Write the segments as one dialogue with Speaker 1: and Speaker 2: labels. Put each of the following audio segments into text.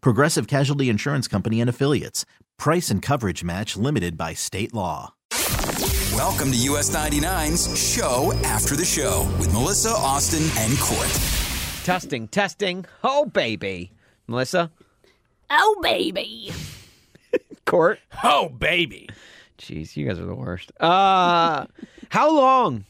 Speaker 1: Progressive Casualty Insurance Company and Affiliates. Price and coverage match limited by state law.
Speaker 2: Welcome to US 99's Show After the Show with Melissa, Austin, and Court.
Speaker 3: Testing, testing. Oh, baby. Melissa,
Speaker 4: Oh, baby.
Speaker 3: Court.
Speaker 5: Oh, baby.
Speaker 3: Jeez, you guys are the worst. Uh, how long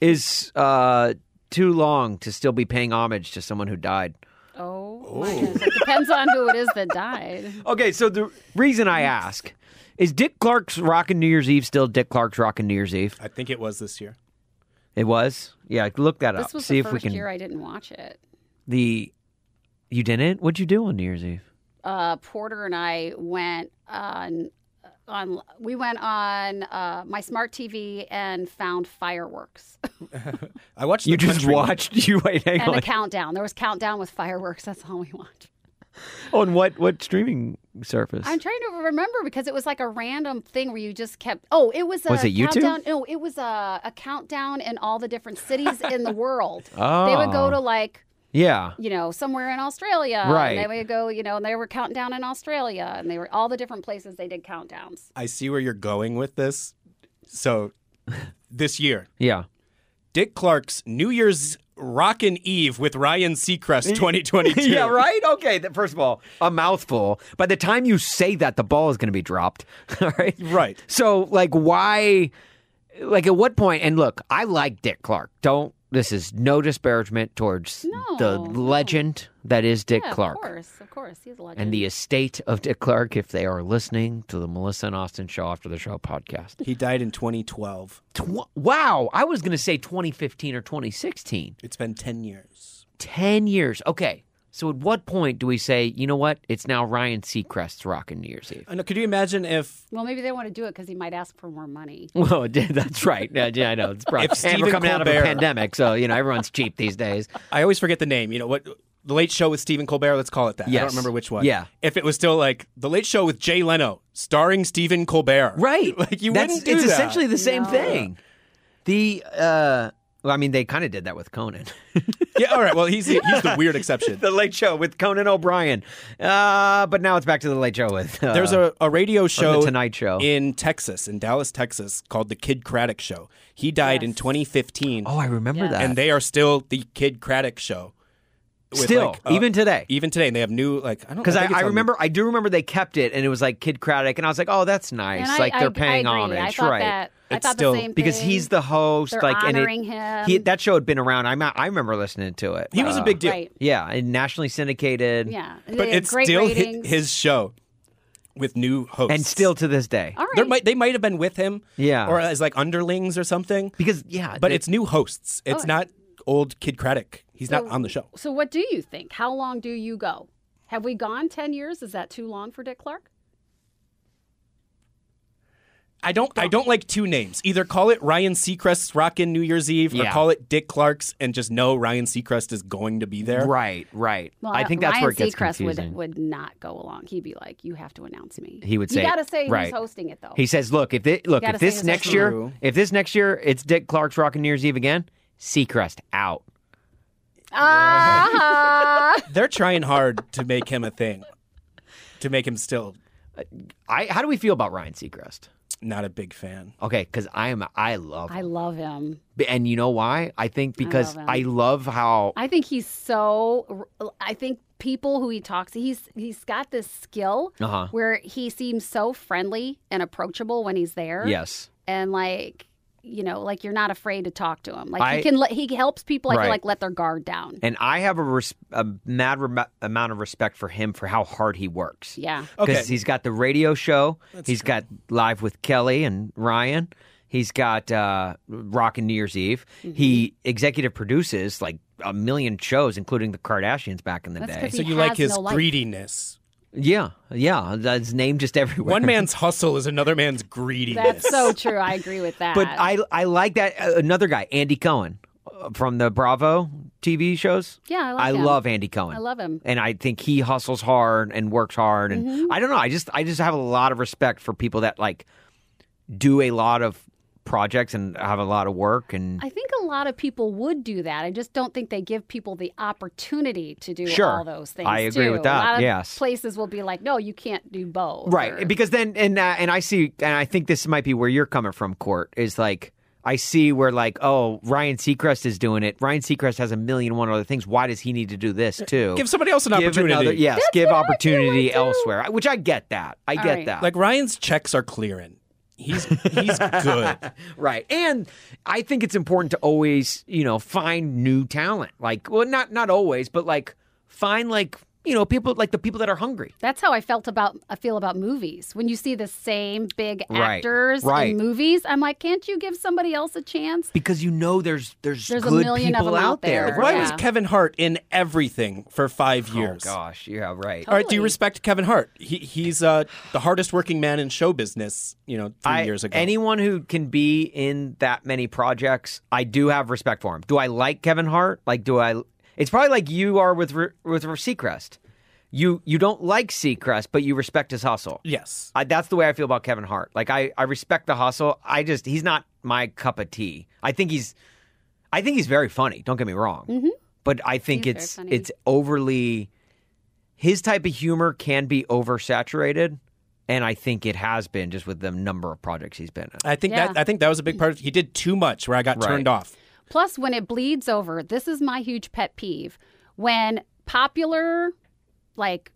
Speaker 3: is uh, too long to still be paying homage to someone who died?
Speaker 4: Oh, my goodness. It depends on who it is that died.
Speaker 3: Okay, so the reason I ask is Dick Clark's Rockin' New Year's Eve still Dick Clark's Rockin' New Year's Eve?
Speaker 5: I think it was this year.
Speaker 3: It was? Yeah, look that up.
Speaker 4: This was
Speaker 3: See
Speaker 4: the
Speaker 3: if we
Speaker 4: first
Speaker 3: can.
Speaker 4: year I didn't watch it.
Speaker 3: The. You didn't? What'd you do on New Year's Eve?
Speaker 4: Uh, Porter and I went on on we went on uh, my smart TV and found fireworks
Speaker 5: I watched.
Speaker 3: You
Speaker 5: the
Speaker 3: just
Speaker 5: country-
Speaker 3: watched. You wait, hang
Speaker 4: and
Speaker 3: on.
Speaker 4: a countdown. There was countdown with fireworks. That's all we watched.
Speaker 3: on what what streaming surface?
Speaker 4: I'm trying to remember because it was like a random thing where you just kept. Oh, it was a
Speaker 3: Was it YouTube?
Speaker 4: countdown. No, it was a, a countdown in all the different cities in the world.
Speaker 3: oh.
Speaker 4: They would go to like
Speaker 3: Yeah.
Speaker 4: you know, somewhere in Australia.
Speaker 3: Right.
Speaker 4: And they would go, you know, and they were counting down in Australia and they were all the different places they did countdowns.
Speaker 5: I see where you're going with this. So, this year,
Speaker 3: Yeah.
Speaker 5: Dick Clark's New Year's Rockin' Eve with Ryan Seacrest 2022.
Speaker 3: yeah, right? Okay, th- first of all, a mouthful. By the time you say that, the ball is going to be dropped. All right?
Speaker 5: Right.
Speaker 3: So, like, why? Like, at what point? And look, I like Dick Clark. Don't, this is no disparagement towards the
Speaker 4: No, no.
Speaker 3: legend that is Dick
Speaker 4: yeah,
Speaker 3: Clark
Speaker 4: Of course, of course. He's a legend.
Speaker 3: and the estate of Dick Clark if they are listening to the Melissa and Austin Show After the Show podcast.
Speaker 5: He died in 2012.
Speaker 3: Tw- wow, I was going to say 2015 or 2016.
Speaker 5: It's been 10 years.
Speaker 3: 10 years. Okay. So at what point do we say, you know what? It's now Ryan Seacrest's rocking New Year's Eve.
Speaker 5: I know. Could you imagine if
Speaker 4: well, maybe they want to do it because he might ask for more money.
Speaker 3: Well, that's right. Yeah, yeah, I know. It's probably,
Speaker 5: If
Speaker 3: and we're
Speaker 5: Stephen
Speaker 3: coming out of a
Speaker 5: Colbert-
Speaker 3: pandemic, so you know everyone's cheap these days.
Speaker 5: I always forget the name? You know what? The Late Show with Stephen Colbert. Let's call it that. I
Speaker 3: Yes.
Speaker 5: don't remember which one.
Speaker 3: Yeah.
Speaker 5: If it was still like The Late Show with Jay Leno, starring Stephen Colbert.
Speaker 3: Right?
Speaker 5: Like you
Speaker 3: That's,
Speaker 5: wouldn't do
Speaker 3: It's
Speaker 5: that.
Speaker 3: essentially the same
Speaker 4: No.
Speaker 3: thing. The uh, well, I mean, they kind of did that with Conan,
Speaker 5: yeah. All right. Well, he's the, he's the weird exception.
Speaker 3: the Late Show with Conan O'Brien, uh, but now it's back to the Late Show with uh,
Speaker 5: There's a, a radio show,
Speaker 3: Tonight Show.
Speaker 5: in Texas, in Dallas, Texas, called the Kid Craddock Show. He died in
Speaker 4: Yes.
Speaker 5: 2015,
Speaker 3: Oh, I remember
Speaker 4: Yeah.
Speaker 3: that.
Speaker 5: and they are still the Kid Craddock Show. with,
Speaker 3: still
Speaker 5: like, uh,
Speaker 3: even today.
Speaker 5: even today, and they have new like I don't
Speaker 3: Because I,
Speaker 5: think
Speaker 3: I,
Speaker 5: it's on-
Speaker 3: remember, I do remember they kept it, and it was like Kid Craddock, and I was like, "Oh, that's nice.
Speaker 4: And
Speaker 3: like
Speaker 4: I,
Speaker 3: they're
Speaker 4: I,
Speaker 3: paying
Speaker 4: I agree.
Speaker 3: homage,
Speaker 4: I thought
Speaker 3: right?"
Speaker 4: That, I
Speaker 5: It's
Speaker 4: thought
Speaker 5: still-
Speaker 4: the same
Speaker 3: because
Speaker 4: thing.
Speaker 3: he's the host.
Speaker 4: They're
Speaker 3: like
Speaker 4: honoring
Speaker 3: and it,
Speaker 4: him.
Speaker 3: He, that show had been around. I'm I remember listening to it.
Speaker 5: he was a
Speaker 3: Uh,
Speaker 5: big deal,
Speaker 4: Right.
Speaker 3: Yeah, and nationally syndicated.
Speaker 4: Yeah. They
Speaker 5: but
Speaker 4: had
Speaker 5: it's
Speaker 4: great
Speaker 5: still hi-
Speaker 4: ratings.
Speaker 5: his show with new hosts,
Speaker 3: and still to this day.
Speaker 4: all right.
Speaker 5: there might they might have been with him,
Speaker 3: Yeah.
Speaker 5: or as like underlings or something.
Speaker 3: Because yeah,
Speaker 5: But
Speaker 3: they-
Speaker 5: it's new hosts. It's
Speaker 4: Oh.
Speaker 5: not old Kid Craddock. He's not
Speaker 4: So-
Speaker 5: on the show.
Speaker 4: So what do you think? How long do you go? Have we gone 10 years? Is that too long for Dick Clark?
Speaker 5: I don't. I don't like two names. Either call it Ryan Seacrest's Rockin' New Year's Eve, or
Speaker 3: Yeah.
Speaker 5: call it Dick Clark's, and just know Ryan Seacrest is going to be there.
Speaker 3: right, right. I think that's
Speaker 4: uh, Ryan
Speaker 3: where it gets
Speaker 4: Seacrest
Speaker 3: confusing.
Speaker 4: would would not go along. He'd be like, "You have to announce me."
Speaker 3: He would say-
Speaker 4: "You got to say
Speaker 3: right.
Speaker 4: who's hosting it, though."
Speaker 3: he says, "Look, if thi- look
Speaker 4: Gotta
Speaker 3: if
Speaker 4: say
Speaker 3: this
Speaker 4: his
Speaker 3: next
Speaker 4: name.
Speaker 3: year,
Speaker 5: True.
Speaker 3: if this next year it's Dick Clark's Rockin' New Year's Eve again, Seacrest out."
Speaker 4: Ah,
Speaker 5: They're trying hard to make him a thing, to make him still
Speaker 3: I how do we feel about Ryan Seacrest?
Speaker 5: not a big fan.
Speaker 3: Okay, because I am I love
Speaker 4: I love him.
Speaker 3: and you know why? I think because
Speaker 4: him.
Speaker 3: I love how
Speaker 4: I think he's so. I think people who he talks to. He's he's got this skill
Speaker 3: Uh-huh.
Speaker 4: where he seems so friendly and approachable when he's there.
Speaker 3: Yes.
Speaker 4: and like you know, like you're not afraid to talk to him. Like
Speaker 3: I-
Speaker 4: he can, let, he helps people. I
Speaker 3: Right.
Speaker 4: feel like let their guard down.
Speaker 3: And I have a, res- a mad rem- amount of respect for him for how hard he works.
Speaker 4: yeah,
Speaker 3: Because
Speaker 5: Okay.
Speaker 3: he's got the radio show, He's got Live with Kelly and Ryan, he's got uh, Rockin' New Year's Eve.
Speaker 4: Mm-hmm.
Speaker 3: He executive produces like a million shows, including the Kardashians back in the
Speaker 4: That's
Speaker 3: day.
Speaker 4: 'cause
Speaker 5: So
Speaker 4: He
Speaker 5: you like
Speaker 4: has
Speaker 5: his
Speaker 4: no life.
Speaker 5: greediness.
Speaker 3: Yeah, yeah. That's named just everywhere.
Speaker 5: One man's hustle is another man's greediness.
Speaker 4: that's so true. I agree with that.
Speaker 3: But I I like that uh, another guy, Andy Cohen, uh, from the Bravo TV shows.
Speaker 4: Yeah, I like him.
Speaker 3: love Andy Cohen.
Speaker 4: I love him.
Speaker 3: and I think he hustles hard and works hard. And
Speaker 4: Mm-hmm.
Speaker 3: I don't know. I just I just have a lot of respect for people that like do a lot of projects and have a lot of work and
Speaker 4: I think a lot of people would do that. I just don't think they give people the opportunity to do
Speaker 3: Sure.
Speaker 4: all those things.
Speaker 3: I agree
Speaker 4: too.
Speaker 3: with that,
Speaker 4: A lot of
Speaker 3: yes.
Speaker 4: places will be like, no, you can't do both.
Speaker 3: right
Speaker 4: or-
Speaker 3: because then and uh, and I see and I think this might be where you're coming from. Court is like. I see where like oh Ryan Seacrest is doing it. Ryan Seacrest has a million and one other things. Why does he need to do this too?
Speaker 5: Give somebody else an
Speaker 3: Give
Speaker 5: opportunity.
Speaker 3: another- yes, give
Speaker 4: what I feel
Speaker 3: opportunity
Speaker 4: like, too.
Speaker 3: elsewhere. I- Which I get that. I get
Speaker 4: right.
Speaker 3: that.
Speaker 5: Like Ryan's checks are clearing. He's he's good.
Speaker 3: right. And I think it's important to always, you know, find new talent. Like, well, not not always, but like find like you know people like the people that are hungry.
Speaker 4: That's how I felt about I feel about movies. When you see the same big
Speaker 3: Right.
Speaker 4: actors
Speaker 3: Right.
Speaker 4: in movies, I'm like, can't you give somebody else a chance?
Speaker 3: Because you know there's there's,
Speaker 4: There's a
Speaker 3: good
Speaker 4: million of
Speaker 3: people
Speaker 4: them
Speaker 3: out
Speaker 4: out there.
Speaker 3: there.
Speaker 5: Why
Speaker 4: Yeah.
Speaker 5: was Kevin Hart in everything for five years?
Speaker 3: Oh gosh, yeah, right.
Speaker 5: All right, do you
Speaker 4: Totally.
Speaker 5: respect Kevin Hart? He, he's uh, the hardest working man in show business, you know, three
Speaker 3: I-
Speaker 5: years ago.
Speaker 3: Anyone who can be in that many projects, I do have respect for him. Do I like Kevin Hart? Like, do I? It's probably like you are with Re- with Seacrest. You you don't like Seacrest, but you respect his hustle.
Speaker 5: yes.
Speaker 3: I, that's the way I feel about Kevin Hart. Like I, I respect the hustle. I just he's not my cup of tea. I think he's, I think he's very funny. Don't get me wrong. But I think
Speaker 4: Mm-hmm. He's very
Speaker 3: it's
Speaker 4: funny.
Speaker 3: it's overly. His type of humor can be oversaturated, and I think it has been just with the number of projects he's been in.
Speaker 5: I think
Speaker 4: Yeah.
Speaker 5: that I think that was a big part. Of, he did too much where I got
Speaker 3: Right.
Speaker 5: turned off.
Speaker 4: Plus, when it bleeds over, this is my huge pet peeve. When popular, like,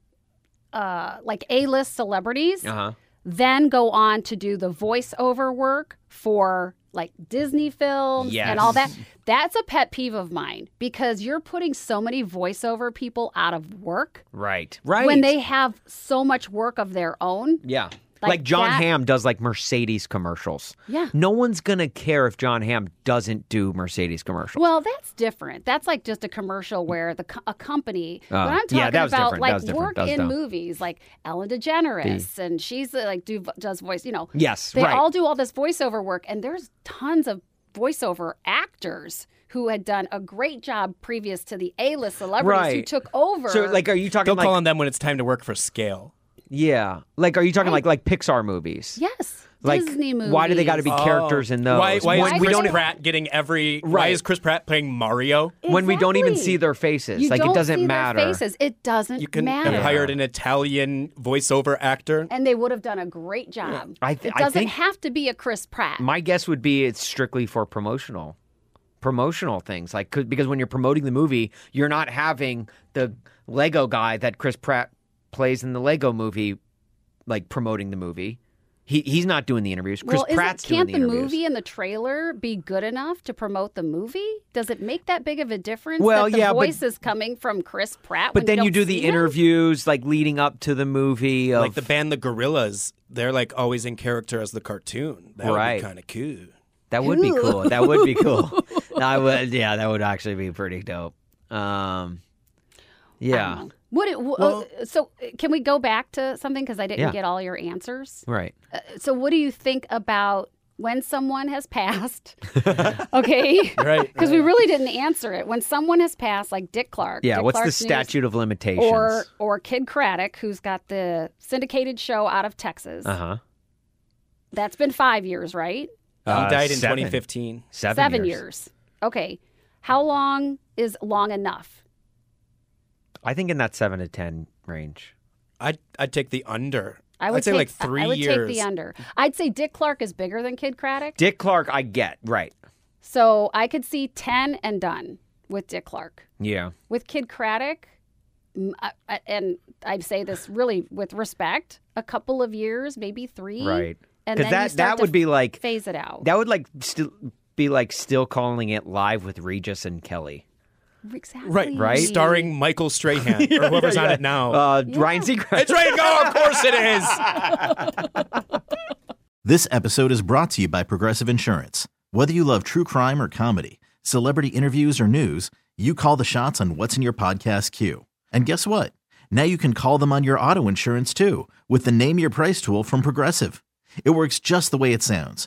Speaker 4: uh, like A-list celebrities,
Speaker 3: Uh huh.
Speaker 4: then go on to do the voiceover work for like Disney films and all that. That's a pet peeve of mine because you're putting so many voiceover people out of work
Speaker 3: Right. Right.
Speaker 4: when they have so much work of their own.
Speaker 3: Yeah. Like,
Speaker 4: Like
Speaker 3: John
Speaker 4: that-
Speaker 3: Hamm does like Mercedes commercials.
Speaker 4: Yeah.
Speaker 3: No one's gonna care if John Hamm doesn't do Mercedes commercials.
Speaker 4: Well, that's different. That's like just a commercial where the co- a company.
Speaker 3: Oh,
Speaker 4: what I'm talking
Speaker 3: yeah, that was different.
Speaker 4: about,
Speaker 3: That
Speaker 4: like
Speaker 3: was different.
Speaker 4: work
Speaker 3: That was
Speaker 4: in
Speaker 3: dumb.
Speaker 4: movies, like Ellen DeGeneres, and she's uh, like do does voice. You know,
Speaker 3: Yes,
Speaker 4: they
Speaker 3: right.
Speaker 4: all do all this voiceover work, and there's tons of voiceover actors who had done a great job previous to the A-list celebrities who
Speaker 3: Right.
Speaker 4: took over.
Speaker 3: so like, are you talking
Speaker 5: They'll
Speaker 3: like
Speaker 5: call on them when it's time to work for scale.
Speaker 3: Yeah. Like, are you talking like like Pixar movies?
Speaker 4: yes,
Speaker 3: Like,
Speaker 4: Disney movies.
Speaker 3: why do they got to be characters in those?
Speaker 5: Oh. Why, why
Speaker 3: when
Speaker 5: is
Speaker 4: we
Speaker 5: Chris
Speaker 3: don't, e-
Speaker 5: Pratt getting every? Why
Speaker 3: Right.
Speaker 5: is Chris Pratt playing Mario?
Speaker 3: when we don't even
Speaker 4: Exactly.
Speaker 3: see their faces?
Speaker 4: You
Speaker 3: like,
Speaker 4: don't
Speaker 3: it doesn't
Speaker 4: see their
Speaker 3: matter.
Speaker 4: faces. It doesn't
Speaker 5: You can
Speaker 4: matter.
Speaker 5: have hired an Italian voiceover actor.
Speaker 4: and they would have done a great job.
Speaker 3: I th-
Speaker 4: it
Speaker 3: I
Speaker 4: doesn't
Speaker 3: think-
Speaker 4: have to be a Chris Pratt.
Speaker 3: My guess would be it's strictly for promotional, promotional things. Like, 'cause- because when you're promoting the movie, you're not having the Lego guy that Chris Pratt plays in the Lego movie, like promoting the movie. He he's not doing the interviews. Chris
Speaker 4: well,
Speaker 3: Pratt's
Speaker 4: isn't, can't
Speaker 3: doing
Speaker 4: the,
Speaker 3: interviews.
Speaker 4: movie and the trailer be good enough to promote the movie? Does it make that big of a difference?
Speaker 3: Well,
Speaker 4: that the
Speaker 3: yeah, but-
Speaker 4: voice is coming from Chris Pratt.
Speaker 3: But
Speaker 4: when
Speaker 3: then you
Speaker 4: don't
Speaker 3: do the
Speaker 4: see him?
Speaker 3: interviews, like leading up to the movie. Of,
Speaker 5: Like the band The Gorillas, they're like always in character as the cartoon. That would
Speaker 3: Right.
Speaker 5: be kind of cool.
Speaker 3: That would be cool. That would be cool. I would. Yeah, that would actually be pretty dope. Um, yeah.
Speaker 4: Would Oh. it? w-
Speaker 5: Well-
Speaker 4: uh, so uh, can we go back to something because I didn't
Speaker 3: Yeah.
Speaker 4: get all your answers?
Speaker 3: Right.
Speaker 4: Uh, so what do you think about? When someone has passed, okay,
Speaker 5: Right,
Speaker 4: Because we really didn't answer it. When someone has passed, like Dick Clark,
Speaker 3: Yeah.
Speaker 4: Dick
Speaker 3: what's the
Speaker 4: Clark's New Year's
Speaker 3: statute of limitations?
Speaker 4: or or Kid Craddock, who's got the syndicated show out of Texas.
Speaker 3: uh huh.
Speaker 4: That's been five years, right?
Speaker 5: He died in 2015.
Speaker 3: Uh, Seven,
Speaker 4: years. Okay. How long is long enough?
Speaker 3: I think in that seven to ten range.
Speaker 5: I'd, I'd take the under.
Speaker 4: I would
Speaker 5: would say
Speaker 4: take,
Speaker 5: like three
Speaker 4: I would
Speaker 5: years.
Speaker 4: take the under. I'd say Dick Clark is bigger than Kid Craddock,
Speaker 3: Dick Clark, I get right.
Speaker 4: so I could see ten and done with Dick Clark.
Speaker 3: Yeah.
Speaker 4: With Kid Craddock, m- I- I- and I say this really with respect, a couple of years, maybe three,
Speaker 3: Right.
Speaker 4: And
Speaker 3: 'Cause
Speaker 4: then you
Speaker 3: that-
Speaker 4: start
Speaker 3: that
Speaker 4: to
Speaker 3: would be like-
Speaker 4: phase it out.
Speaker 3: That would like still be like still calling it live with Regis and Kelly.
Speaker 4: exactly
Speaker 5: Right,
Speaker 3: Right?
Speaker 5: Starring Michael Strahan or whoever's on it now.
Speaker 3: Uh, Ryan Seacrest.
Speaker 5: it's right. Oh, of course it is.
Speaker 1: This episode is brought to you by Progressive Insurance. Whether you love true crime or comedy, celebrity interviews or news, you call the shots on what's in your podcast queue. And guess what? Now you can call them on your auto insurance too with the Name Your Price tool from Progressive. It works just the way it sounds.